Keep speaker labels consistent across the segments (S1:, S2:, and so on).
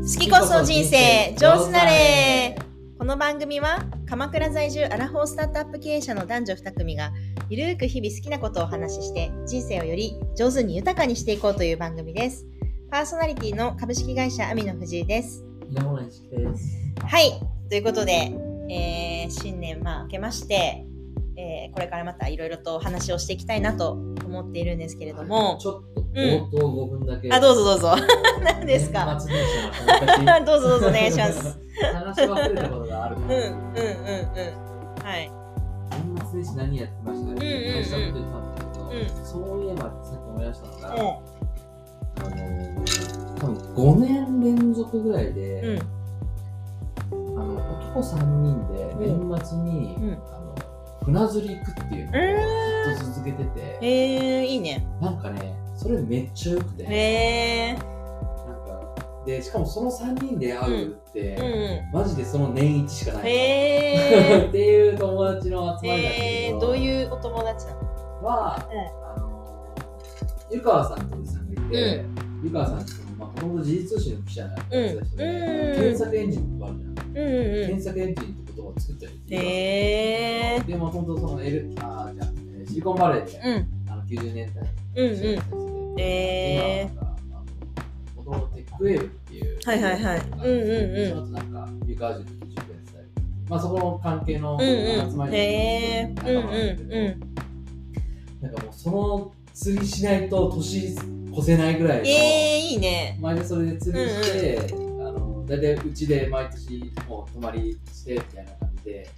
S1: 好きこそ人生上手なれこの番組は鎌倉在住アラフォースタートアップ経営者の男女2組がゆるーく日々好きなことをお話しして人生をより上手に豊かにしていこうという番組ですパーソナリティの株式会社アミの藤井です
S2: 稲本一樹です。
S1: はいということで、えー新年まあ明けまして、えーこれからまたいろいろとお話をしていきたいなと思っているんですけれども
S2: ちょっと冒頭五分だけ、
S1: あどうぞどうぞ 何ですか
S2: 年末年始の恥ずかしい
S1: どうぞどうぞお願いします。
S2: 話し忘れたことがあるか
S1: うんうんうん
S2: ら。
S1: うんはい
S2: 年末年始何やってましたか。
S1: んうんうん
S2: 大したこと言ったんですけど、そういえばさっき思い出したのが、あのー多分五年連続ぐらいで、
S1: うん
S2: あの男三人で年末に、
S1: うん
S2: あの船釣り行くっていうのをずっと続けてて、
S1: えー、いいね
S2: なんかねそれめっちゃ良くて。
S1: え
S2: なんかでしかもその3人で会うって、
S1: ー、うん う
S2: マジでその年一しかなんい、っ
S1: え
S2: ていう友達の
S1: ー、
S2: 集まりだったんだ
S1: え
S2: け
S1: ー、
S2: ど
S1: どういうお友達なの
S2: は、あの湯川さんっていうおじさんがいて、
S1: う
S2: 湯川さんっていうのはもともと時事通信の記者やってた人で、
S1: うんうん
S2: 検索エンジンってあるじゃん、
S1: うんうんうん
S2: 検索エンジンって言葉を作ったり
S1: えー、
S2: でもともとそのエルあーじゃあえーシリコンバレーで、
S1: うん
S2: あの90年代
S1: うん
S2: にしてたやつで
S1: うんえ
S2: 今なんかあの元々テックウェーブっていう
S1: はいはいはいうんうんうん
S2: その後なんか湯川塾に塾やってたりまあそこの関係の
S1: ー、うん
S2: 集
S1: う
S2: ま
S1: ん
S2: り
S1: えー、うん
S2: 仲間なんだけ
S1: うん
S2: ど
S1: う
S2: なんかもうその釣りしないと年越せないぐらい
S1: ん
S2: の、
S1: えー、いいね
S2: 毎年それで釣りして、あの大体うちで毎年もう泊まりしてみたいな感じで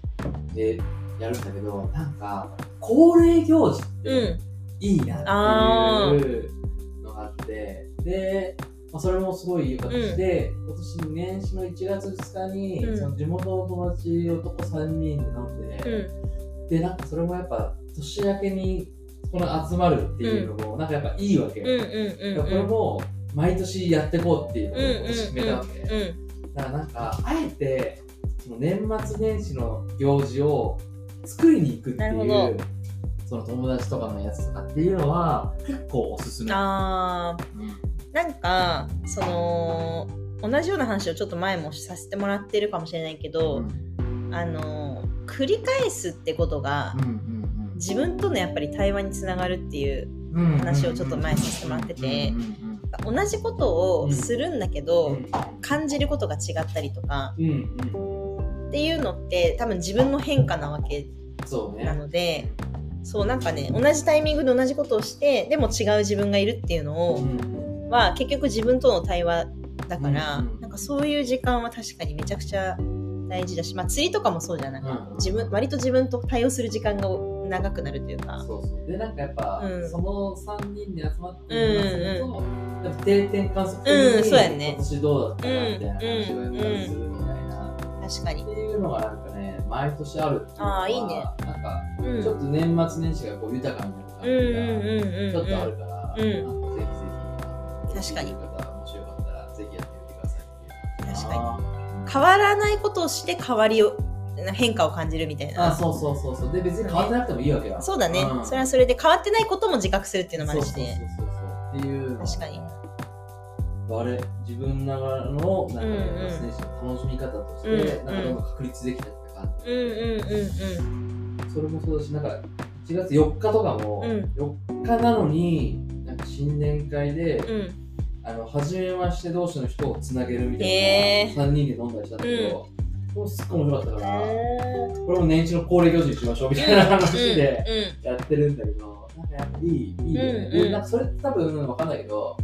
S2: でやるんだけどなんか恒例行事って、
S1: うん
S2: いいなっていうのがあってで、まあ、それもすごいいい形で、今年年始の1月2日に、
S1: うん
S2: その地元の友達男3人で飲ん
S1: う
S2: で、
S1: ん
S2: でなんかそれもやっぱ年明けにこの集まるっていうのもなんかやっぱいいわけ、
S1: うんうん
S2: だ
S1: う
S2: からこれ
S1: んうん
S2: も毎年やっていこうっていう
S1: うんうん
S2: のを私決めたわけ、
S1: うん
S2: だからなんかあえてその年末年始の行事を作りに行くって
S1: ないるほど
S2: うその友達とかのやつとかっていうのは結構おすす
S1: うん
S2: め。
S1: あーなんかその同じような話をちょっと前もさせてもらってるかもしれないけど、
S2: うん
S1: あの繰り返すってことが
S2: うん
S1: 自分とのやっぱり対話につながるっていう
S2: うんうん
S1: 話をちょっと前させてもらってて
S2: うんうん
S1: 同じことをするんだけど、
S2: うん
S1: 感じることが違ったりとか
S2: うんうんうん
S1: っていうのって多分自分の変化なわけ
S2: そう
S1: な
S2: ね。
S1: のでそうなんかね同じタイミングで同じことをしてでも違う自分がいるっていうの
S2: う
S1: を、
S2: んうん
S1: は結局自分との対話だから、
S2: うんうん
S1: なんかそういう時間は確かにめちゃくちゃ大事だし、まあ、釣りとかもそうじゃない、
S2: うん
S1: 自分割と自分と対応する時間が長くなるというか。
S2: そうそうでなんかやっぱ、
S1: うん
S2: その3人で集まって話すると、やっぱ定点観測的
S1: うんそうやね
S2: 今年どうだったかみたいな話をやったりするみたいな。
S1: 確かに
S2: っていうのがなんかね毎年あるっていうのは
S1: あーいいね
S2: なんか
S1: うん
S2: ちょっと年末年始がこう豊かになる感
S1: う
S2: じ
S1: んうん
S2: が
S1: うんうん
S2: ちょっとあるから、
S1: うん
S2: あぜひぜひあの
S1: 確かに
S2: 聞いてる方もしよかったらぜひやってみてくださいっていう
S1: 確
S2: か
S1: 変わらないことをして変わりを変化を感じるみたい
S2: あ
S1: な
S2: あそうそうそうそうで別に変わってなくてもいいわけよ
S1: そうだね、
S2: うん
S1: それはそれで変わってないことも自覚するっていうのもある
S2: そうそう
S1: し
S2: そう
S1: ね
S2: そうそうっていうのは
S1: 確かに
S2: あれ自分ながらのなん
S1: う
S2: か
S1: んうん
S2: 年末年始の楽しみ方として、
S1: うんうん
S2: なんかどんどん確立できたって感じ
S1: うんうんうん
S2: それもそうだし、なんか1月4日とかも、
S1: うん
S2: 4日なのに、なんか新年会で、
S1: うんうん
S2: あの初めまして同士の人をつなげるみたいな、
S1: へー
S2: 3人で飲んだりしたんだけど、これもすっごい面白かったから、これも年一の恒例行事にしましょうみたいな話でやってるんだけど、なんかやっぱいい、いいよね。
S1: うんう
S2: で
S1: ん
S2: なんかそれって多分わかんないけど、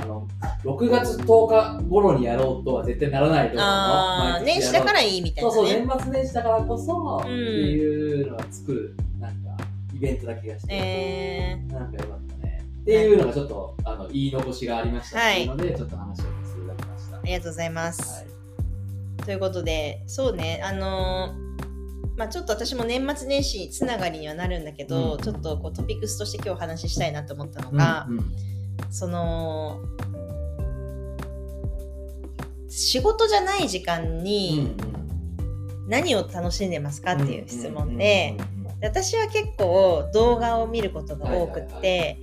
S2: あの6月10日頃にやろうとは絶対ならないと思うの
S1: ああ年
S2: 毎
S1: 始
S2: 年やろ
S1: だ
S2: うと
S1: からいいみたい
S2: そう
S1: な
S2: そう、
S1: ね
S2: 年末年始だからこそ、
S1: ん
S2: っていうのが作る、なんか、イベントな気がして、
S1: え
S2: なんかよかったね。っていうのがちょっと、あの、言い残しがありましたっ
S1: はい
S2: ていうので、ちょっと話をさせていただきました。
S1: ー
S2: は
S1: ありがとうございます、
S2: い。
S1: ということでそうねあのーまあちょっと私も年末年始つながりにはなるんだけど、
S2: うん
S1: ちょっとこうトピックスとして今日お話ししたいなと思ったのが、
S2: うんうん
S1: その仕事じゃない時間
S2: う
S1: に
S2: んうん
S1: 何を楽しんでますかっていう質問で、
S2: うんうんうんうん
S1: 私は結構動画を見ることが多くって、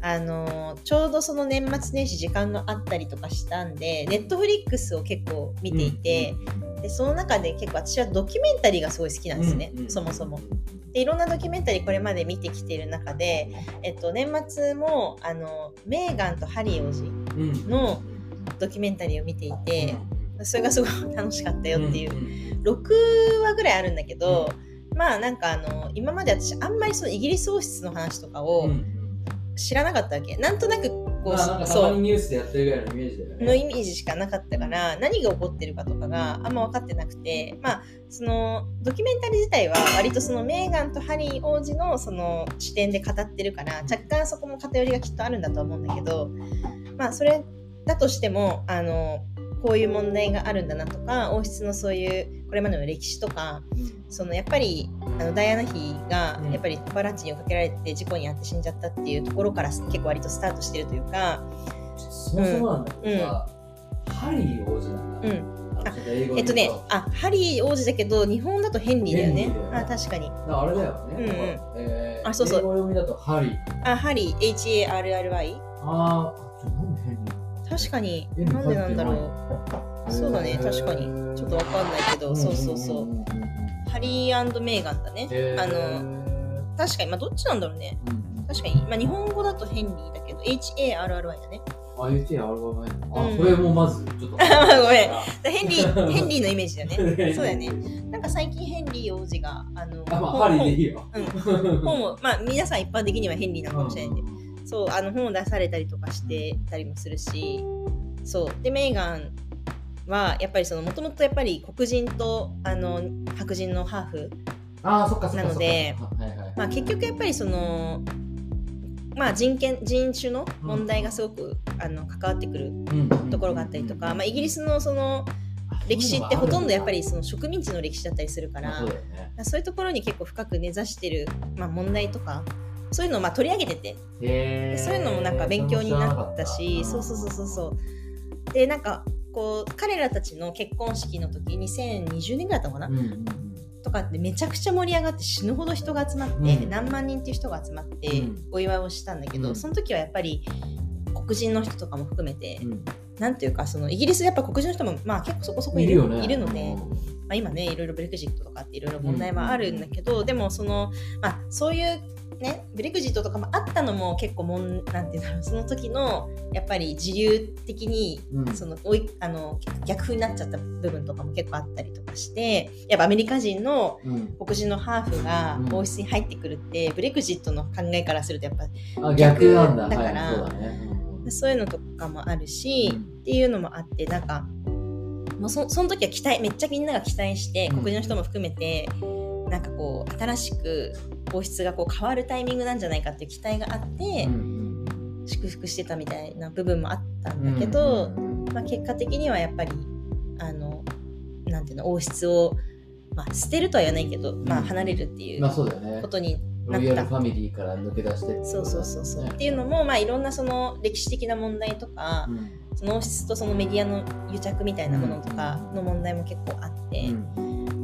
S2: はいはい
S1: あのちょうどその年末年始時間があったりとかしたんでネットフリックスを結構見ていて、でその中で結構私はドキュメンタリーがすごい好きなんですね、そもそも。でいろんなドキュメンタリーこれまで見てきてる中で、えっと、年末もあのメーガンとハリー王子のドキュメンタリーを見ていて、それがすごい楽しかったよっていう、6話ぐらいあるんだけど、まあなんかあの今まで私あんまりそのイギリス王室の話とかを知らなかったわけ、なんとなくこう、
S2: まあ、なんかた
S1: そ
S2: ま
S1: う
S2: にニュースでやってるぐらいのイメージだよね。
S1: のイメージしかなかったから何が起こってるかとかがあんま分かってなくてまあそのドキュメンタリー自体は割とそのメーガンとハリー王子のその視点で語ってるから若干そこも偏りがきっとあるんだと思うんだけどまあそれだとしてもあのこういう問題があるんだなとか王室のそういうこれまでの歴史とかそのやっぱりあのダイアナ妃が
S2: うん
S1: やっぱりパパラッチに追っかけられて事故に遭って死んじゃったっていうところから結構割とスタートしてるというか、
S2: そもそもなんだけどさ、ハリー王子なん
S1: うん、
S2: だ。あのちょっと英語
S1: え
S2: で
S1: っ
S2: 言
S1: と
S2: う
S1: ね、あ、ハリー王子だけど、日本だとヘンリーだよね。
S2: ヘンリーだよね
S1: あ、確かに。
S2: だからあれだよね。
S1: うんうん
S2: えー
S1: あそうそう
S2: 英語読みだとハリー。
S1: あ、ハリー、H-A-R-R-Y?
S2: あー、あちょなんでヘンリー
S1: 確かに。
S2: ヘンリー
S1: なんでなんだろ
S2: 入
S1: う。
S2: ってない
S1: そうだね、
S2: へー
S1: 確かに。ちょっとわかんないけど、そうそうそ
S2: ん
S1: う。
S2: んんんうん
S1: ハリーメーガンだね。
S2: へー
S1: あの、確かに、まあ、どっちなんだろうね。
S2: うん
S1: 確かに、まあ、日本語だとヘンリーだけど、H-A-R-R-Y だね。
S2: あ、言ってや、あれはない。
S1: う
S2: あ、
S1: ん
S2: これもまず、ちょっと。
S1: ごめんでヘンリ ー、ヘンリーのイメージだよね。
S2: ん
S1: そうだよね。なんか最近ヘンリー王子が、あの、
S2: あ、まあ、ハリー
S1: 本
S2: でいいよ。
S1: 本本を、まあ、皆さん一般的にはヘンリーなのかもしれないけど。そうあの本を出されたりとかしてたりもするしそうでメーガンはやっぱりそのもともとやっぱり黒人とあの白人のハーフ、
S2: あー、そっかそっか
S1: な
S2: そっか。
S1: ので
S2: はいはいはい、
S1: まあ、結局やっぱりその、まあ、人権人種の問題がすごく、あの関わってくるところがあったりとか、まあ、イギリスのその歴史ってほとんどやっぱりその植民地の歴史だったりするか
S2: からそうだよね。
S1: そういうところに結構深く根ざしてる、まあ、問題とかそういうのをまあ取り上げてて
S2: へー
S1: そういうのもなんか勉強になったし、そうそうそうそうそう。で、なんか、こう、彼らたちの結婚式の時、2020年ぐらいだったのかな、
S2: うんうんうん
S1: とかってめちゃくちゃ盛り上がって死ぬほど人が集まって、
S2: うん
S1: 何万人っていう人が集まって
S2: うん
S1: お祝いをしたんだけど、
S2: うん
S1: その時はやっぱり黒人の人とかも含めて、
S2: うん
S1: なんていうか、そのイギリスやっぱ黒人の人もまあ結構そこそこいる
S2: いるよね。
S1: いるので、
S2: うん
S1: まあ、今ねいろいろブレクジットとかっていろいろ問題はあるんだけど、でもその、まあ、そういう、ね、ブレクジットとかもあったのも結構もんなんていうんだろうその時のやっぱり自流的に
S2: うん
S1: そのおいあの逆風になっちゃった部分とかも結構あったりとかしてやっぱアメリカ人の
S2: うん
S1: 黒人のハーフが王室に入ってくるって、ブレクジットの考えからするとやっぱ
S2: あ逆なんだ。
S1: 逆だから
S2: はい、そうだね。うん
S1: そういうのとかもあるし、
S2: う
S1: っ
S2: ん
S1: ていうのもあってなんかもうそその時は期待めっちゃみんなが期待して
S2: うん
S1: 黒人の人も含めて、なんかこう新しく王室がこう変わるタイミングなんじゃないかっていう期待があって
S2: う、ん
S1: 祝福してたみたいな部分もあった
S2: うんん
S1: だけど、
S2: うん
S1: まあ、結果的にはやっぱりあのなんていうの王室を、まあ、捨てるとは言わないけど、まあ、
S2: うん
S1: 離れるっていう
S2: まあそうだよね
S1: こ。とに、
S2: ロイヤルファミリーから抜け出してってことだよね。
S1: そうそうそうそう、っていうのも、まあ、いろんなその歴史的な問題とか、
S2: うん。
S1: その王室とそのメディアの癒着みたいなものとかの問題も結構あって、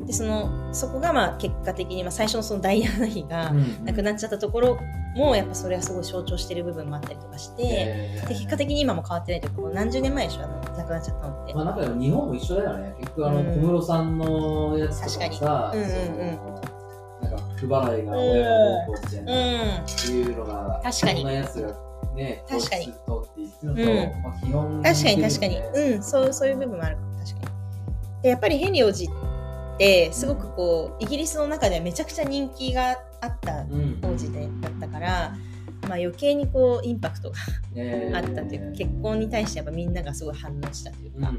S1: でそのそこがまあ結果的に、まあ、最初のそのダイアナ妃が
S2: うん
S1: 亡くなっちゃったところもやっぱそれはすごい象徴してる部分もあったりとかして、
S2: へー
S1: で結果的に今も変わってないというかもう何十年前でしょあの亡くなっちゃったのって、
S2: まあなんかでも日本も一緒だよね。結局あの
S1: うん
S2: 小室さんのやつとかもさ、
S1: 確かにうんうんうん
S2: そのなんか不払いが親がどうこうみたいな
S1: うん
S2: っていうのが、
S1: 確かに
S2: そんなやつがね、
S1: 確かに
S2: 放出とって言ってるのと、まあ基
S1: 確
S2: 本
S1: かに確かに、
S2: ね
S1: うんそうそういう部分もあるかも確かにでやっぱりヘンリー王子ってすごくこうイギリスの中ではめちゃくちゃ人気があった
S2: うん
S1: 王子でだったから、まあ、余計にこうインパクトが
S2: えー
S1: あったというか結婚に対してやっぱみんながすごい反応したというか、っ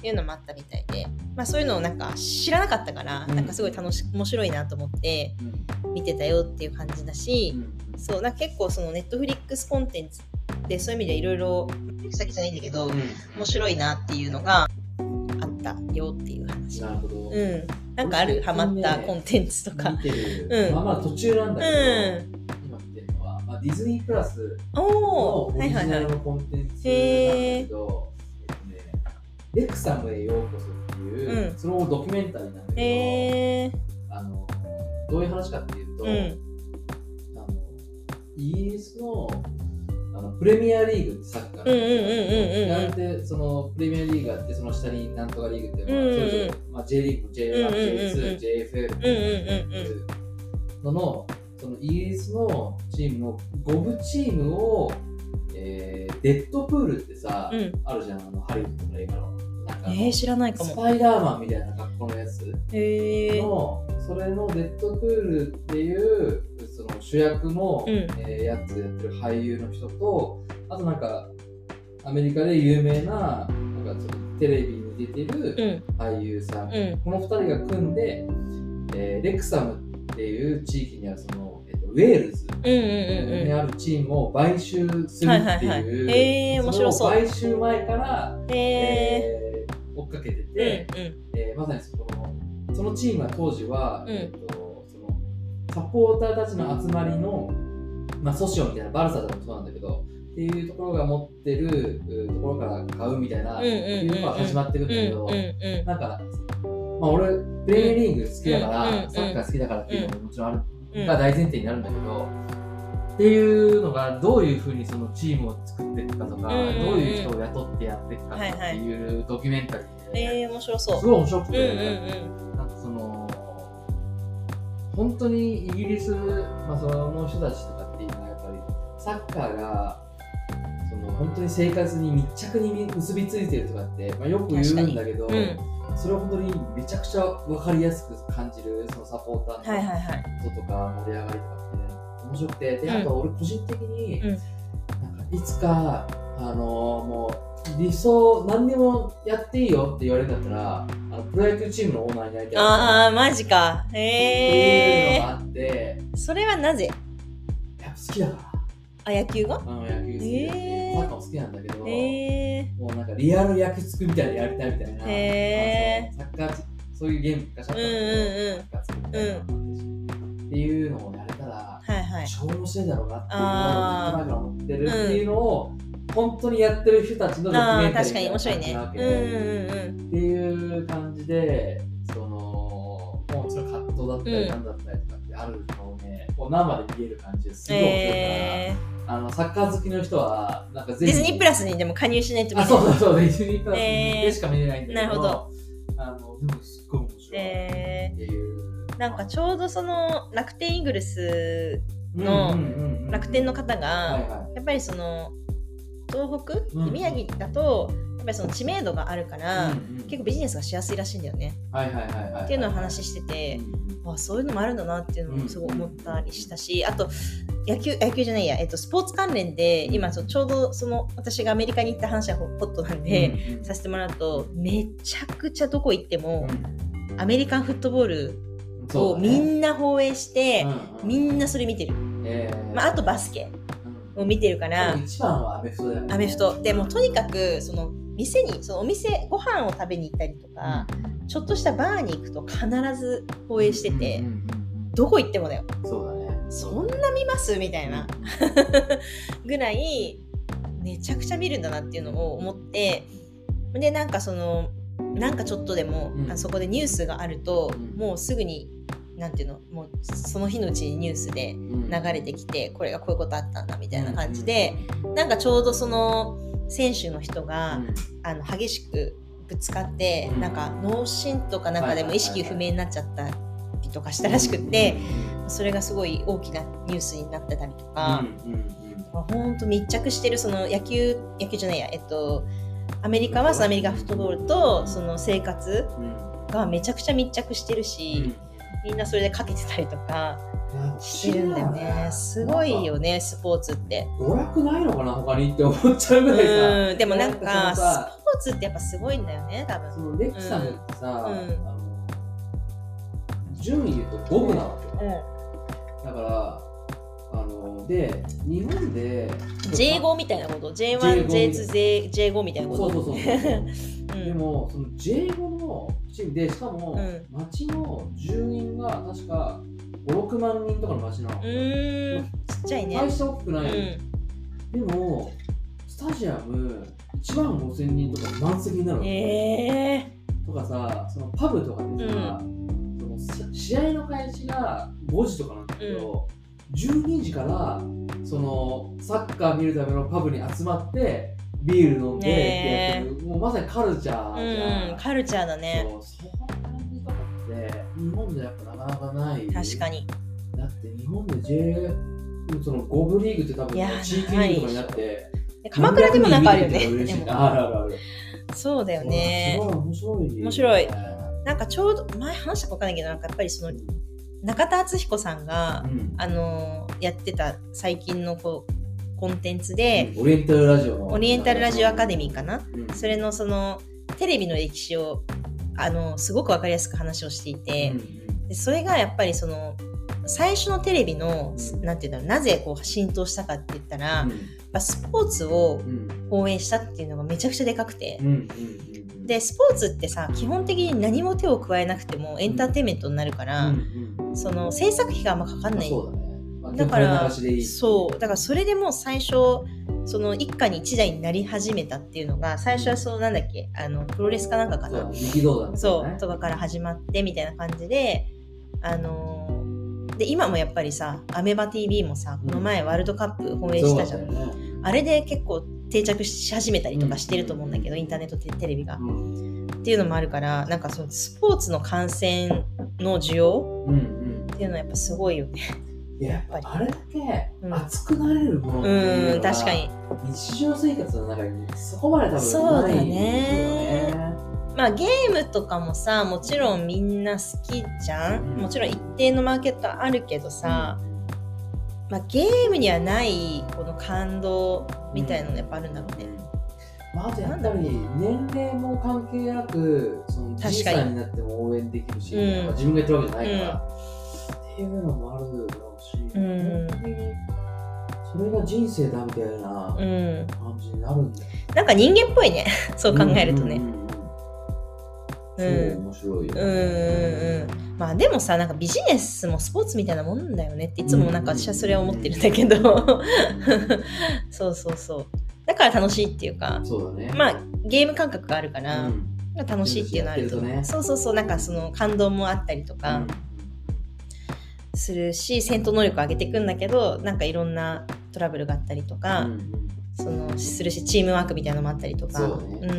S1: ていうのもあったみたいで、まあ、そういうのをなんか知らなかったから、
S2: うん
S1: なんかすごい楽し面白いなと思って
S2: うんうん
S1: 見てたよっていう感じだし、
S2: うん
S1: そうなんか結構そのネットフリックスコンテンツってそういう意味でいろいろ先じゃないんだけど面白いなっていうのがあったよっていう話。
S2: なるほど。
S1: うん、なんかある
S2: 俺
S1: ハマったコンテンツとか
S2: 見。てる、
S1: うん
S2: まあまだ途中なん
S1: う
S2: だけ
S1: ん、
S2: ど、今見てるのは、まあ、ディズニープラスの
S1: お
S2: オ
S1: お、はい
S2: リジ
S1: はいは
S2: ナ
S1: い
S2: ル。のコンテンツなんだけど、えっとね、レクサムへようこそっていう、
S1: うん
S2: そのドキュメンタリーなんだけど、
S1: へえ
S2: あのどういう話かっていうと、
S1: うん
S2: あのイギリスののプレミアリーグってサッカー
S1: うんうんうんうんうん
S2: なんでそのプレミアリーグがあってその下になんとかリーグっていうのは、
S1: うんうん
S2: それぞれ、まあ、J リーグも
S1: うんうんうん
S2: J1、J2、JFL
S1: うんうんうん
S2: ののそのイギリスのチームの5部チームを、えーデッドプールってさ、
S1: うん
S2: あるじゃんあのハリウッドの映画のなんかあ
S1: え
S2: の
S1: ー、知らないか
S2: ス
S1: も
S2: パイダーマンみたいな格好のやつ
S1: へえ
S2: のそれのデッドプールっていうその主役の、
S1: うん
S2: えーやつやってる俳優の人とあとなんかアメリカで有名ななんかそのテレビに出て
S1: う
S2: る
S1: ん
S2: 俳優さん、
S1: うん
S2: この2人が組んで、えーレクサムっていう地域にあるその、えっとウェールズ
S1: うんうんうん
S2: に
S1: う
S2: あるチームを買収す
S1: ん
S2: る
S1: は
S2: っ
S1: いはい
S2: て
S1: はい
S2: いう、
S1: えー、面白
S2: そ
S1: そう
S2: れを買収前から、
S1: へえ
S2: えー追っかけて
S1: うん
S2: て。えーまさにそのそのチームは当時は、
S1: うん
S2: えー、とそのサポーターたちの集まりの、まあ、ソシオみたいなバルサとかもそうなんだけどっていうところが持ってるうところから買うみたいな、
S1: うんうんうんうん
S2: っていうのが始まってくるんだ
S1: うん
S2: け
S1: う
S2: ど、
S1: んうんうん
S2: なんか、まあ、俺プレミアリーグ好きだから、
S1: うんうん
S2: サッカー好きだからっていうのももちろんある、
S1: うん
S2: が大前提になるんだけど。っていうのがどういうふうにそのチームを作っていくかとか、
S1: うんうんうん
S2: どういう人を雇ってやっていくかとかっていうドキュメンタリーで、
S1: えー、面白そう
S2: すごい面白く
S1: うん
S2: て、
S1: うんうん
S2: なんかその本当にイギリス、まあ、その人たちとかっていうのはやっぱりサッカーがその本当に生活に密着に結びついてるとかって、まあ、よく言うんだけど、
S1: うん
S2: それを本当にめちゃくちゃ分かりやすく感じるそのサポータ
S1: はいはい
S2: ーの
S1: はい
S2: 人とか盛り上がりとかって、面白くてであと俺個人的に、
S1: うん
S2: なんかいつかあのもう理想何でもやっていいよって言われるんだったらあのプロ野球チームのオーナーになりたい
S1: ああマジかへ
S2: っていう
S1: え
S2: のがあって、
S1: それはなぜ
S2: やっぱ好きだから。
S1: あ野球が
S2: あの野球好きだし、
S1: えー
S2: サッカーも好きなんだけど、
S1: へえ
S2: もうなんかリアル野球つくみたいなやりたいみたいな、
S1: へ
S2: あのサッカー、そういうゲーム昔あったんだ
S1: うんうんうん
S2: けど、サッカーつくみたいなのがあったしっていうのをやれたら、
S1: はいはい
S2: 超面白いだろうなっていう
S1: あー
S2: のを、なんか思ってるっていうのを、本当にやってる人たちのドキュ
S1: あ
S2: メ
S1: あ
S2: ンタリ
S1: 確
S2: ー
S1: か
S2: み
S1: に面白い
S2: た
S1: ね
S2: いな
S1: うん
S2: 感じ
S1: う
S2: なわけで
S1: んうん
S2: っていう感じでそのもうその葛藤だった
S1: うん
S2: り何だったりとかってあるのをね、こう生で見える感じですごい面白いから、
S1: え
S2: あのサッカー好きの人はなんか
S1: ー、
S2: ぜ
S1: デ
S2: ひ
S1: ィズニープラスにでも加入しないと見
S2: あ
S1: れ
S2: そう
S1: ない
S2: そうそうディズニープラス
S1: えー
S2: でしか見れないんだけど,、
S1: なるほど
S2: あのでもすっごい面白いっ
S1: え
S2: ていう、
S1: ー、なんかちょうどその楽天イーグルスの
S2: の
S1: 楽天の方
S2: は
S1: が
S2: いは
S1: やっぱりその東北、
S2: うん
S1: 宮城だとやっぱりその知名度があるから、
S2: い、うんうん
S1: 結構ビジネスがしやすいらしいんだよね、
S2: はいはいはいはい
S1: っていうのを話してて、あそういうのもあるんだなっていうのもすごい思ったりしたし、あと野球野球じゃないや、えっと、スポーツ関連で今ちょちょうどその私がアメリカに行った話がホホットなんで、させてもらうとめちゃくちゃどこ行っても、アメリカンフットボールをみ
S2: な、
S1: んな放映して、
S2: う
S1: みんなそれ見てる、
S2: えー
S1: まあ、あとバスケ
S2: うん
S1: を見てるから、
S2: 一番はアメフトだよね
S1: アメフトでもうとにかくその店にそのお店ご飯を食べに行ったりとか、ちょっとしたバーに行くと必ず放映してて、
S2: うんうんうん
S1: どこ行ってもだよ
S2: うんそうだね
S1: そんな見ますみたいな ぐらいめちゃくちゃ見るんだなっていうのを思ってでなんかそのなんかちょっとでも、
S2: うん
S1: あそこでニュースがあると、
S2: うん
S1: もうすぐになんていうのもうその日のうちにニュースで
S2: 流
S1: 流れてきてこれがこういうことあったんだみたいな感じで、なんかちょうどその選手の人が、あの激しくぶつかって、
S2: うん
S1: なんか脳震とかなんかでも意識不明になっちゃったりとかしたらしくって。
S2: うん
S1: それがすごい大きなニュースになってたりと
S2: う
S1: か、
S2: んうんうん
S1: まあほんと密着してるその野球野球じゃないやえっとアメリカはそのアメリカンフットボールとその生活
S2: うん
S1: がめちゃくちゃ密着してる
S2: うん
S1: し、みんなそれでかけてたりとかして
S2: 知
S1: るんだよねすごいよねスポーツって
S2: 娯楽ないのかな他にって思っちゃうぐらいさ、
S1: うんでもなん
S2: な
S1: か
S2: んか
S1: ス
S2: そのさ
S1: ポーツってやっぱすごいんだよね多分
S2: そのレクサムってさ、
S1: うんうん
S2: あの順位で言うと五分なわけよ、
S1: う
S2: だからあので日本で
S1: ん J5 みたいなこと
S2: J5
S1: J1J2J5 みたいなこ
S2: そ
S1: と
S2: うそうそうそう
S1: うん
S2: でもその J5 のチームでしかも、
S1: うん
S2: 町の住人が確か56万人とかの町なの、
S1: うーんちっちゃいね
S2: 大した大きくない、
S1: う
S2: でもスタジアム1万5000人とか満席になる
S1: ん
S2: の
S1: ええ
S2: とかさそのパブとかでさ、そのし試合の開始が5時とかなんだけど、 12時からそのサッカー見るためのパブに集まってビール飲んでってやってる、もうまさにカルチャーじゃん、
S1: うん、カルチャーだね。
S2: そうそんな見方って日本じゃやっぱなかなかない
S1: 確かに。
S2: だって日本で J その5部リーグって多分
S1: いや
S2: 地域リーグとかになって
S1: で鎌倉でもなんかあるよね。
S2: 何百人見て
S1: で
S2: くれるし
S1: も
S2: あるあるある
S1: そうだよね
S2: そ。うすごい面
S1: 面
S2: 白
S1: 白
S2: い
S1: いなんかちょうど前話したかわかんないけど、なんかやっぱりその中田敦彦さんが、
S2: うん
S1: あのーやってた最近のこうコンテンツで、
S2: オリエンタルラジオの
S1: オリエンタルラジオアカデミーかな。
S2: うん
S1: それのそのテレビの歴史をあのすごく分かりやすく話をしていて、でそれがやっぱりその最初のテレビの、
S2: うん
S1: なんていうんだろうなぜこう浸透したかって言ったら、や
S2: うん
S1: っぱスポーツを
S2: うん
S1: 応援したっていうのがめちゃくちゃでかくて
S2: うんう、んうん
S1: でスポーツってさ基本的に何も手を加えなくてもエンターテインメントになるか
S2: う
S1: ら、
S2: んうん
S1: その制作費があんまかかんない
S2: そうだねまあ
S1: だから
S2: 曲流しでいい
S1: そうだからそれでもう最初その一家に一台になり始めたっていうのが最初はそうなんだっけあのプロレスかなんかか
S2: そう
S1: な
S2: 力道山
S1: そ
S2: とかね
S1: うとかから始まってみたいな感じであのーで今もやっぱりさアメバ TV もさこの前ワールドカップ放映したじゃん、
S2: そうだよね
S1: あれで結構定着し始めたりとかしてると思うんだけど、インターネットテテレビが、っていうのもあるからなんかそのスポーツの観戦の需要
S2: うんうん
S1: っていうのはやっぱすごいよね
S2: いややっぱりあれだ
S1: うん
S2: け熱くなれるものっ
S1: う
S2: ていうの
S1: ん
S2: が
S1: 確かに
S2: 日常生活の中にそこまで多分ない
S1: そうだね
S2: よね
S1: まあゲームとかもさもちろんみんな好きじゃん、
S2: うん
S1: もちろん一定のマーケットあるけどさ、まあ、ゲームにはないこの感動みたいなのやっぱあるんだろうね、
S2: まあ、あとやっぱり年齢も関係なくその
S1: 確かに
S2: じいさんになっても応援できるし、
S1: うん
S2: やっぱ自分がやってるわけじゃないから、っていうのもあるだろうし、
S1: うん
S2: 本当にそれが人生だみたいな
S1: うん
S2: 感じになるんだよ、
S1: なんか人間っぽいね そう考えるとね
S2: うんうんうん
S1: う
S2: うん
S1: ん
S2: そう面白いよ
S1: うんうんうんまあでもさなんかビジネスもスポーツみたいなもんだよねっていつもなんか私はそれは思ってるんだけど そうそうそうだから楽しいっていうか
S2: そうだね
S1: まあゲーム感覚があるから、
S2: うん
S1: 楽しいっていうのあると思う
S2: やってるとね
S1: そうそうそうなんかその感動もあったりと
S2: う
S1: か
S2: ん
S1: するし、戦闘能力を上げていくんだけどなんかいろんなトラブルがあったりとか、
S2: うんうん
S1: そのするしチームワークみたいなのもあったりとか
S2: そうね
S1: ん
S2: そうね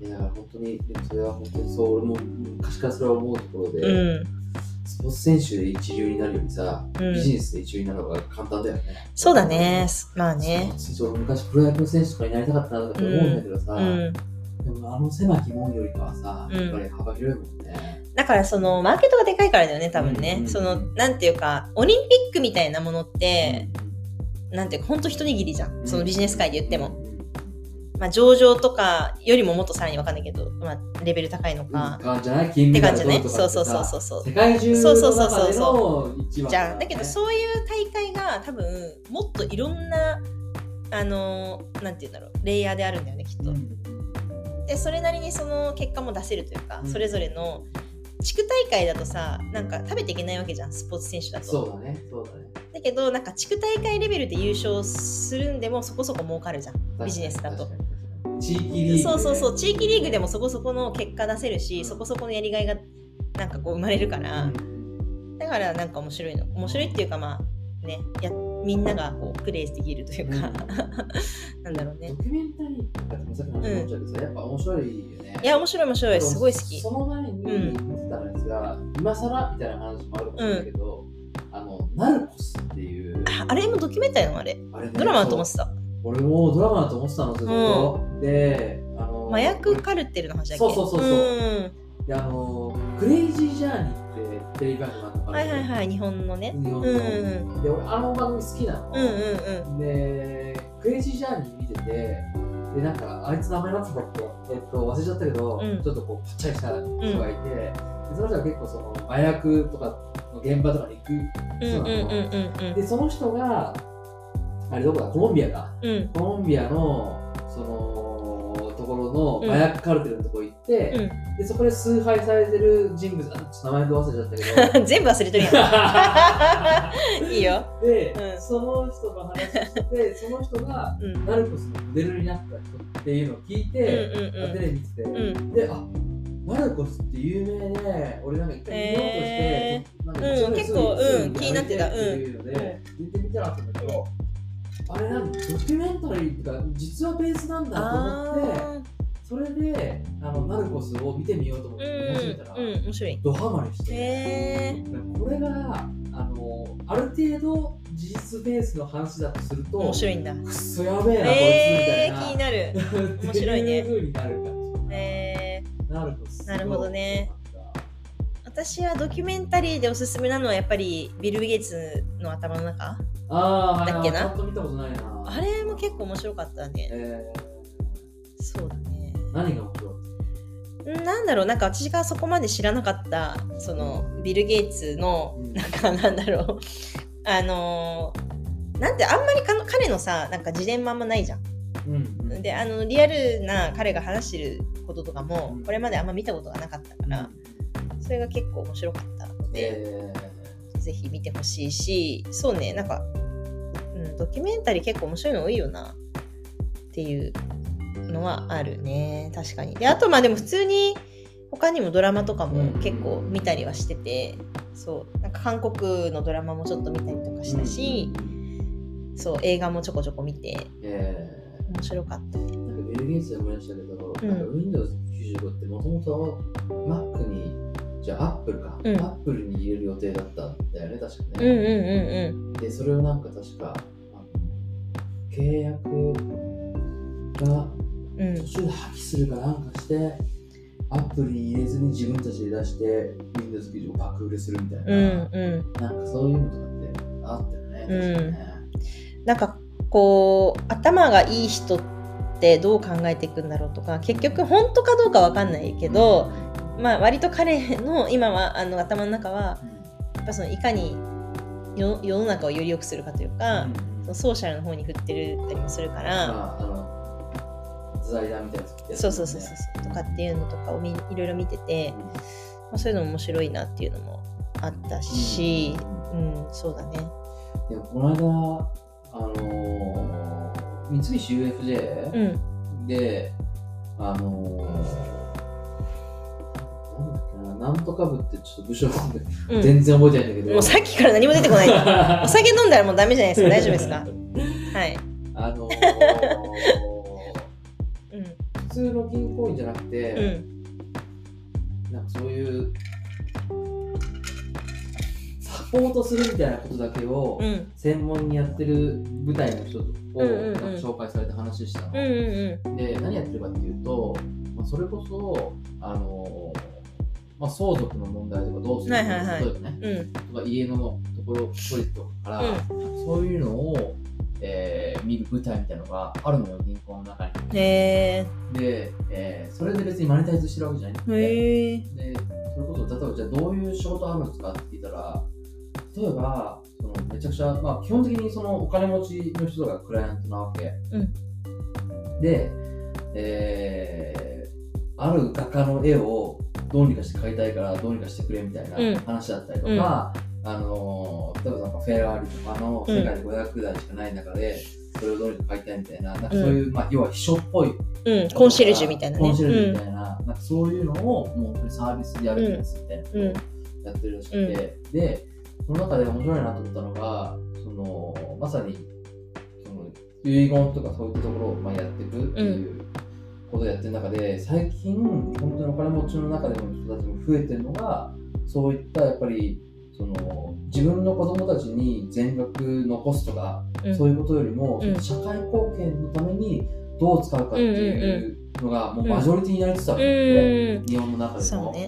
S2: いやだから本当にでもそれは本当にそう俺も昔からそれは思うところで、
S1: うんうん
S2: スポーツ選手で一流になるよりさ、
S1: うん
S2: ビジネスで一流になる方が簡単だよね。
S1: そうだねまあね
S2: そう。俺昔プロ野球選手とかになりたかったなとかって思うんだけどさ、
S1: うん
S2: でもあの狭き門よりかはさ、
S1: うん
S2: やっぱり幅広いもんね。
S1: だからそのマーケットがでかいからだよね多分ね、
S2: うんうん
S1: そのなんていうかオリンピックみたいなものって、なんていうかほんと一握りじゃん、
S2: うん
S1: そのビジネス界で言っても、
S2: うんうん
S1: まあ、上場とかよりももっとさらに分かんないけど、まあ、レベル高いのか、
S2: 感じじゃない金
S1: って
S2: メダ
S1: 感
S2: ル
S1: じだ
S2: 取
S1: ね
S2: るとか
S1: そう
S2: って
S1: そうそう
S2: さ
S1: そうそう
S2: 世界中
S1: そうそ
S2: の
S1: うそう
S2: 中
S1: そう
S2: での一番
S1: じ
S2: か
S1: ゃ
S2: ら
S1: ん
S2: ね
S1: だけどそういう大会が多分もっといろんなあのなんて言うんだろうレイヤーであるんだよねきっと、
S2: うん
S1: でそれなりにその結果も出せるというか、
S2: うん
S1: それぞれの地区大会だとさなんか食べていけないわけじゃんスポーツ選手だと
S2: そうだね、そうだね。
S1: だけどなんか地区大会レベルで優勝するんでもそこそこ儲かるじゃんビジネスだと
S2: 確かに。確かに地域リーグね。
S1: そうそうそう地域リーグでもそこそこの結果出せるし、そこそこのやりがいがなんかこう生まれるから、だからなんか面白いの面白いっていうかまあねやみんながこうプレイできるというか、なんだろうね
S2: ドキュメンタリーとかってさっきも話しちゃったけどさ、やっぱ面白いよね。
S1: いや面白い面白いすごい好き
S2: その前に
S1: う
S2: 言
S1: ん
S2: ってたんですが、今更みたいな話もあるかもしれないけど、あの、ナルコスっていう、
S1: ああれもドキュメンタリーなのあれ
S2: あれね
S1: ドラマだと思ってた
S2: そう俺もドラマだと思ってたの、ずっと。で、あの、
S1: 麻薬カルテルの話だっけ
S2: そうそうそうそうんであの、クレイジージャーニーってテレビ番組があったの
S1: はいはいはい日本のね
S2: 日本の
S1: うんうん
S2: で、俺、あの番組好きなの。
S1: うんうんうん
S2: で、クレイジージャーニー見てて、で、なんか、あいつ名前なんつったっけえっと、忘れちゃったけど、
S1: うん
S2: ちょっとこう、ぽっちゃりした人がいて、でその人が結構その、麻薬とかの現場とかに行く。
S1: うんうんうんうん
S2: で、その人が、あれどこだコロンビアだ。
S1: うんうん
S2: コロンビアの、その、ところ
S1: うん。
S2: の麻薬カルテルのとこ行って、で、そこで崇拝されてる人物、あ、ちょっと名前で忘れちゃったけど
S1: 全部忘れてるやんいいよ
S2: で、
S1: うん
S2: その人の話して て、その人が、
S1: うんうん
S2: ナルコスのモデルになった人っていうのを聞い
S1: うん
S2: て、
S1: うん
S2: テレビ見てて、
S1: うん
S2: で、あマルコスって有名で俺なんか一回見ようとして、
S1: へ
S2: なん
S1: うん
S2: 一応ね
S1: 結構
S2: そういう
S1: うん
S2: の
S1: 気になってた
S2: やりいっていうので見てみたらったんだけどあれなんかドキュメンタリーっていうか実はベースなんだ
S1: あ
S2: と思ってそれであのマルコスを見てみようと思って見始めたら、
S1: ーうんうん面白い
S2: ドハマりして、
S1: へえ
S2: だからこれがあのある程度事実ベースの話だとすると
S1: 面白いんだ
S2: くっそやべえな、
S1: えー、
S2: こいつみたいな
S1: 気になる面
S2: 面
S1: 白いね
S2: っていう風になる感じ。
S1: えー、
S2: なるほど。
S1: なるほどね。私はドキュメンタリーでおすすめなのはやっぱりビル・ゲイツの頭の中
S2: ああ、
S1: だっけな
S2: ちゃんと見たことないな。
S1: あれも結構面白かったね
S2: え
S1: そうだね
S2: ー、何が面白い
S1: んなんだろうなんか私がそこまで知らなかったそのビル・ゲイツの
S2: うん
S1: なんかなんだろうあのーなんてあんまりかの彼のさなんか自伝もあんまないじゃん。
S2: うんうん。
S1: であのリアルな彼が話してることとかも
S2: うん
S1: これまであんま見たことがなかったからそれが結構面白かったので、
S2: え
S1: ぜひ見てほしいしそうねなんか、うん、ドキュメンタリー結構面白いの多いよなっていうのはあるね確かにであとまあでも普通に他にもドラマとかも結構見たりはしてて、そうなんか韓国のドラマもちょっと見たりとか
S2: ー、
S1: したし、そう映画もちょこちょこ見て
S2: え
S1: 面白かったね
S2: ー、なんかビル・ゲイツで思い出したけど、
S1: うん
S2: なんか Windows95 ってもともと Mac に、じゃあ Apple か、
S1: うん
S2: Apple に入れる予定だったんだよね、確か
S1: うんう
S2: ね。
S1: んうん
S2: で、それをなんか確か、あの契約が
S1: うんうん
S2: 途中で破棄するかなんかして、アプリに入れずに自分たちで出して、Windows95 爆売れするみたいな、
S1: うんうん
S2: なんかそういうのとかってあったよね、
S1: うん
S2: 確かね。
S1: なんかこう頭がいい人ってどう考えていくんだろうとか結局本当かどうかわかんないけど、まあ、割と彼の今はあの頭の中はやっぱそのいかに世世の中をより良くするかというか、
S2: うん
S1: そのソーシャルの方に振ってるったりもするから、
S2: まあ、あの、財団みたいなやつ、
S1: そうそうそうそうそうとかっていうのとかをみいろいろ見てて、まあ、そういうのも面白いなっていうのもあったし、うんそうだね。
S2: うん。でも、この間、あのー、三菱 UFJ、
S1: うん
S2: で、あのー、なんだっけな、なんとか部ってちょっと部署なんで、
S1: うん
S2: 全然覚えてないんだけど。
S1: もう さっきから何も出てこない。お酒飲んだらもうダメじゃないですか。大丈夫ですかはい。
S2: あのー
S1: うん。
S2: 普通の銀行員じゃなくて、
S1: うん。
S2: なんかそういうサポートするみたいなことだけを
S1: うん。
S2: 専門にやってる部隊の人を
S1: うんうんうん
S2: なんか紹介されて話したの。
S1: うんうん
S2: で何やってるかっていうと、まあ、それこそ、あのーまあ、相続の問題とかどうするか
S1: はいはいはい
S2: 例えばね
S1: うん。うん。
S2: とか家のところ取りとかから、そういうのを、えー見る舞台みたいなのがあるのよ銀行の中に。
S1: へえ。
S2: で、えーそれで別にマネタイズしてるわけじゃないんで、
S1: へえ。
S2: でそれこそ例えばじゃあどういう仕事あるんですかって聞いたら例えばそのめちゃくちゃ、まあ、基本的にそのお金持ちの人がクライアントなわけ、
S1: うん
S2: で、えーある画家の絵をどうにかして買いたいからどうにかしてくれみたい
S1: うん
S2: な話だったりとか、あのー例えばなんかフェラーリとかの世界で500台しかない中で、それをどうにか買いたいみたいななんかそういう、まあ、要は秘書っぽい
S1: うん。コンシェルジュみたいなね。
S2: コンシェルジュみたいな,、なんかそういうのをもう本当にサービスでやるんですみたいなことをやってるらしくて、でその中で面白いなと思ったのがそのまさにその遺言とかそういったところをまあやっていくっていうことをやってる中で、最近本当にお金持ちの中でも人たちも増えてるのがそういったやっぱりその自分の子供たちに全額残すとか
S1: うん。
S2: そういうことよりも、
S1: うん
S2: 社会貢献のためにどう使うかっていうのが、
S1: んうん
S2: もうマジョリティになりつつあるんで、
S1: うん。
S2: 日本の中で
S1: そう
S2: も。
S1: ね。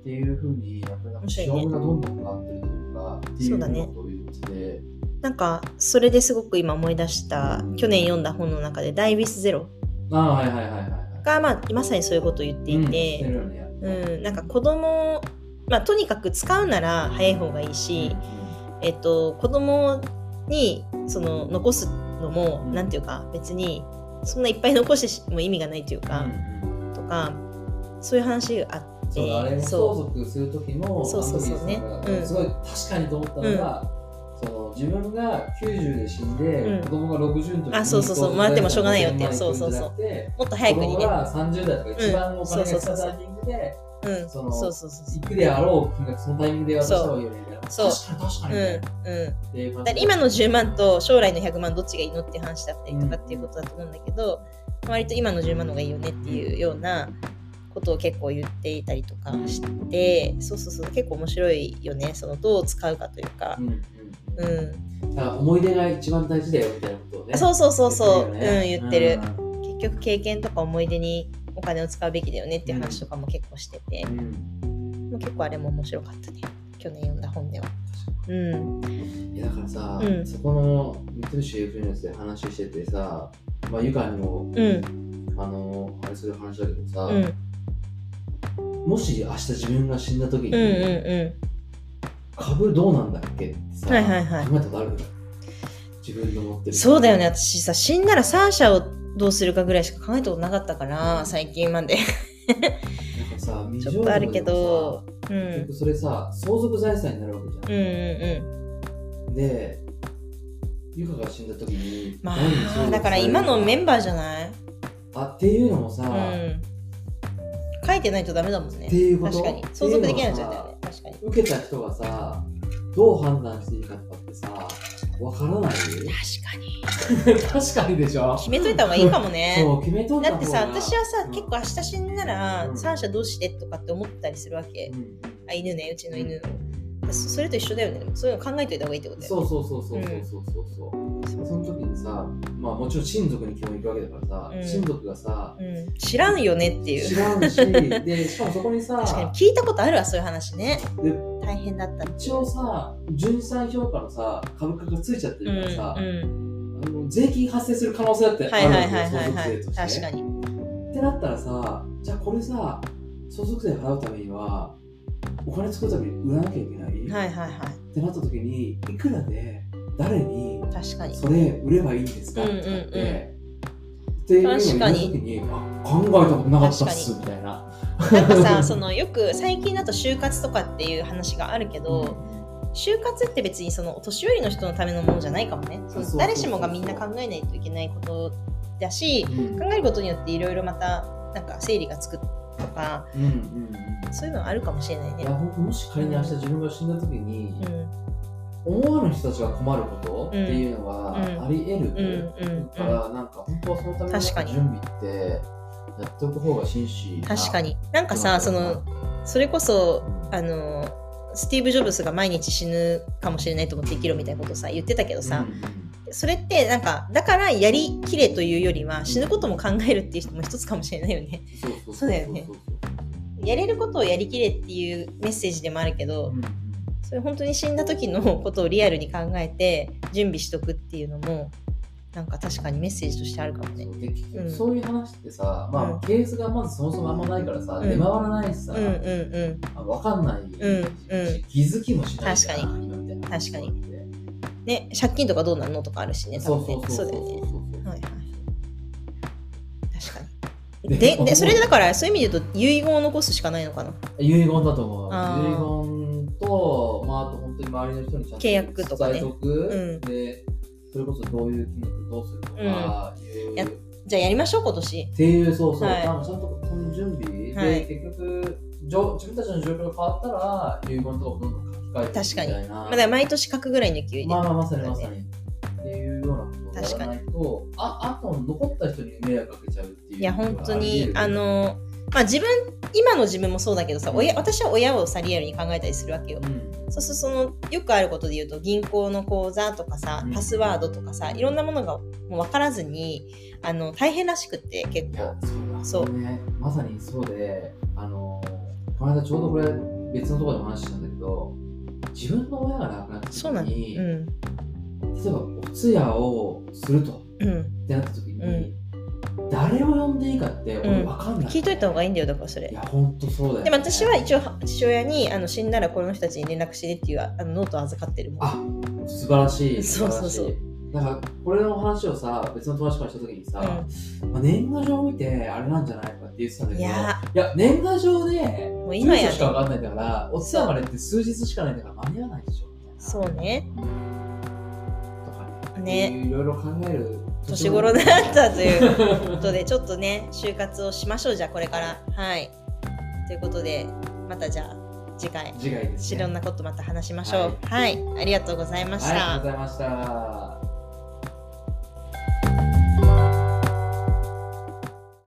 S2: っていうふうに、やっぱりなんか潮流がどんどん変わってるというか、っていうことを言って、
S1: なんかそれですごく今思い出した去年読んだ本の中で「ダイビスゼロ
S2: ああ、はいはいはいはいはい。」
S1: が、まあ、まさにそういうことを言っていて、
S2: うんしてるよ
S1: う
S2: ね
S1: んなんか子供まあとにかく使うなら早い方がいいし、えっと、子供にその残すのも、
S2: うん
S1: なんていうか別にそんないっぱい残しても意味がないというか、
S2: うんうん
S1: とかそういう話があっ
S2: そうだあれ
S1: て
S2: も相続する時の
S1: そうそうそうね
S2: アンドリ
S1: う
S2: ーさんが
S1: ん
S2: すごい確かにと思ったのが、その自分が90で死んで、
S1: うん
S2: 子供が60の時に
S1: あそうそうそう
S2: 相続
S1: もらってもしょうがないよって
S2: 財産が行くんじゃなくて
S1: もっと早くにね
S2: 子供が30代とか一番お金が来たタイミングで、
S1: うん、
S2: その
S1: そうそうそうそう
S2: 行くであろう金額そのタイミングで渡した方がいいよねみたいな
S1: そう
S2: 確かに確か
S1: うん
S2: にみたいな、
S1: うん、
S2: っていう
S1: だか
S2: 感じ
S1: ら
S2: で
S1: 今の10万と将来の100万どっちがいいのって話だったりとかっていうことだと思うんだけど、割と今の10万の方がいいよねっていうようなことを結構言っていたりとかしてそうそうそう結構面白いよねそのどう使うかというか
S2: うんうん
S1: う
S2: うん
S1: ん、
S2: だから思い出が一番大事だよみたいなことをね
S1: あそうそうそうそう、うん言ってる、
S2: るよね
S1: 結局経験とか思い出にお金を使うべきだよねっていう話とかも結構してて
S2: う、んうん
S1: もう結構あれも面白かったね去年読んだ本ではうん
S2: いやだからさ、
S1: うん
S2: そこの三菱 UFJ のやつで話しててさ、まあ、ゆかにも、
S1: うん
S2: あのあれする話だけどさ、
S1: うんうん
S2: もし明日自分が死んだ時に、
S1: うんう
S2: 株どうなんだっけってさ、
S1: はいはいはい
S2: 考えたことある自分の持って
S1: ん
S2: る
S1: そうだよね私さ死んだらサーシャをどうするかぐらいしか考えたことなかったから最近まで
S2: なんかさ未
S1: ちょっとあるけどう
S2: 上場でもさ結
S1: ん
S2: 局それさ相続財産になるわけじゃん
S1: うんうんうん
S2: で、ゆかが死んだ時に、
S1: ま
S2: 何に相続され
S1: あ
S2: る
S1: だから今のメンバーじゃない
S2: あっていうのもさ、
S1: うん書いてないとダメだもんね
S2: っていうこと
S1: 確かに相続できないのじゃだよね確かに
S2: 受けた人がさ、どう判断していいかとかってさ、わからない
S1: 確かに
S2: 確かにでしょ
S1: 決めといた方がいいかもね
S2: そう、決めとい
S1: だ
S2: た方
S1: っ
S2: が
S1: てさ私はさ
S2: うん
S1: 結構明日死んだら
S2: うん
S1: 三者どうしてとかって思ったりするわけ
S2: うん
S1: あ犬ねうちの犬のそそれと一緒だよねでもそういうの考えといた方がいいってことだよ
S2: そうそうそうそうそうそうそうそうその時にさ、まあもちろん親族に基本行くわけだからさ、
S1: うん
S2: 親族がさ、
S1: ね、うん、知らんよねってい
S2: 知
S1: う
S2: らん し、で、しかもそこにさ、
S1: 確かに聞いたことあるわそういう話ね
S2: で
S1: 大変だったって
S2: 一応さ、純資産評価のさ、株価がついちゃって
S1: うんう
S2: るからさ、
S1: ん
S2: あの税金発生する可能性だって
S1: は
S2: あ
S1: い
S2: る
S1: は
S2: わ
S1: い
S2: け
S1: はい
S2: よ、
S1: はい
S2: 相続
S1: は
S2: 税
S1: い
S2: として、ね。
S1: 確かに
S2: ってなったらさ、じゃあこれさ、相続税払うためには、お金作るために売らなきゃいけない、
S1: はいはいはい
S2: ってなった時に、いくらで誰に
S1: 確かに
S2: それ売ればいいんですか
S1: う
S2: っ
S1: んう
S2: て
S1: んうん
S2: なって、っていうのを言った時にあ考えたことなかったっすみたいな。
S1: なんかさそのよく最近だと就活とかっていう話があるけど、就活って別にそのお年寄りの人のためのものじゃないかもねその
S2: そうそうそう
S1: 誰しもがみんな考えないといけないことだし
S2: うんうん
S1: 考えることによっていろいろまたなんか整理がつくとか
S2: うんうん
S1: そういうのはあるかもしれない
S2: いや
S1: ね。
S2: ほんともし仮に明日自分が死んだ時に
S1: う、ん
S2: 思わぬ人たちが困ることっていうの
S1: うん
S2: があり得る、
S1: うんうん
S2: だ
S1: う
S2: か
S1: ん
S2: らなんか本当はそのための準
S1: 確かに
S2: 備ってやっておく方が紳士
S1: 確か
S2: に
S1: になんかさそのそれこそあのスティーブ・ジョブズが毎日死ぬかもしれないと思って生きろみたいなことさ言ってたけどさ、それってなんかだからやりきれというよりは死ぬことも考えるっていう人も一つかもしれないよね。
S2: そうそう
S1: そうだよねやれることをやりきれっていうメッセージでもあるけど、
S2: うんうん
S1: それ本当に死んだ時のことをリアルに考えて準備しとくっていうのもなんか確かにメッセージとしてあるかもね。
S2: そうで結
S1: うん
S2: 局そういう話ってさ、
S1: う
S2: ま
S1: ん
S2: あケースがまずそもそもあんまないからさ、
S1: うん
S2: 出回らないしさ、
S1: うんうんうん
S2: あ分かんないし、
S1: うんうん
S2: 気づきもしない
S1: 確か
S2: にみたいな
S1: 確かにね借金とかどうなんのとかあるしね
S2: そう
S1: 分ね
S2: そ
S1: そ
S2: うそうう
S1: だよね。
S2: そう
S1: はいはい確かに。
S2: で
S1: で
S2: も
S1: でそれでだからそういう意味で言うと遺言を残すしかないのかな。
S2: 遺言だと思う。
S1: あ
S2: 遺言と、まあ、あと本当に周りの人にちゃんと
S1: 契約とかね
S2: 伝えとく、
S1: うん
S2: で、それこそどういう金額どうするとか、いう
S1: や
S2: っ
S1: じゃあやりましょう今年。
S2: ていう、そうそう、
S1: はい
S2: 多分ちゃんとその準備、
S1: はい
S2: で、結局、じょ自分たちの状況が変わったら、遺言とかをどんどん書き換えていくみたいな。
S1: まあ、だから毎年書くぐらいの勢いで。
S2: まあまあ、まさに
S1: そう
S2: ま
S1: だ
S2: さ
S1: よ
S2: に。っていうようなことをやらないと、ああと残った人に迷惑かけちゃうっていう。
S1: いや本当にあ、のまあ自分今の自分もそうだけどさ、親私は親をさリアルに考えたりするわけよ
S2: う。ん、
S1: そうそうそのよくあることで言うと銀行の口座とかさ
S2: うん
S1: パスワードとかさいろんなものがもう分からずにあの大変らしくって結
S2: いや
S1: 構。そ
S2: そううだねまさにそうであのーこの間ちょうどこれ別のところでも話したんだけど自分の親が亡くなった時
S1: そうなの
S2: に、
S1: うん
S2: 例えばお通夜をすると
S1: うん
S2: ってなった時に、
S1: う
S2: 誰を呼んでいいかって俺
S1: うん
S2: 分かんない、
S1: 聞いといた方がいいんだよだからそ
S2: い
S1: れ
S2: や本当そうだよ、ね、
S1: でも私は一応父親にあの死んだらこの人たちに連絡してねっていうあのノートを預かってるもん
S2: あ素晴らしい
S1: そうそうそう
S2: 素晴らしいなんかこれの話をさ別の友達からした時にさ、まあ、年賀状を見てあれなんじゃないかって言ってたんだ
S1: い
S2: けど
S1: やー
S2: いや、年賀状で、
S1: もう今やね
S2: 住所しかわかんないんだから、お世話までって数日しかないんだから間に合わないでしょ。みたいな
S1: そうね
S2: とか
S1: ね。
S2: いろいろ考える
S1: 年頃だったということでちょっとね就活をしましょうじゃあこれからはいということでまたじゃあ次回
S2: 次回です、ね。
S1: いろんなことまた話しましょう。はい、ありがとうございました。
S2: はい、ありがとうございました。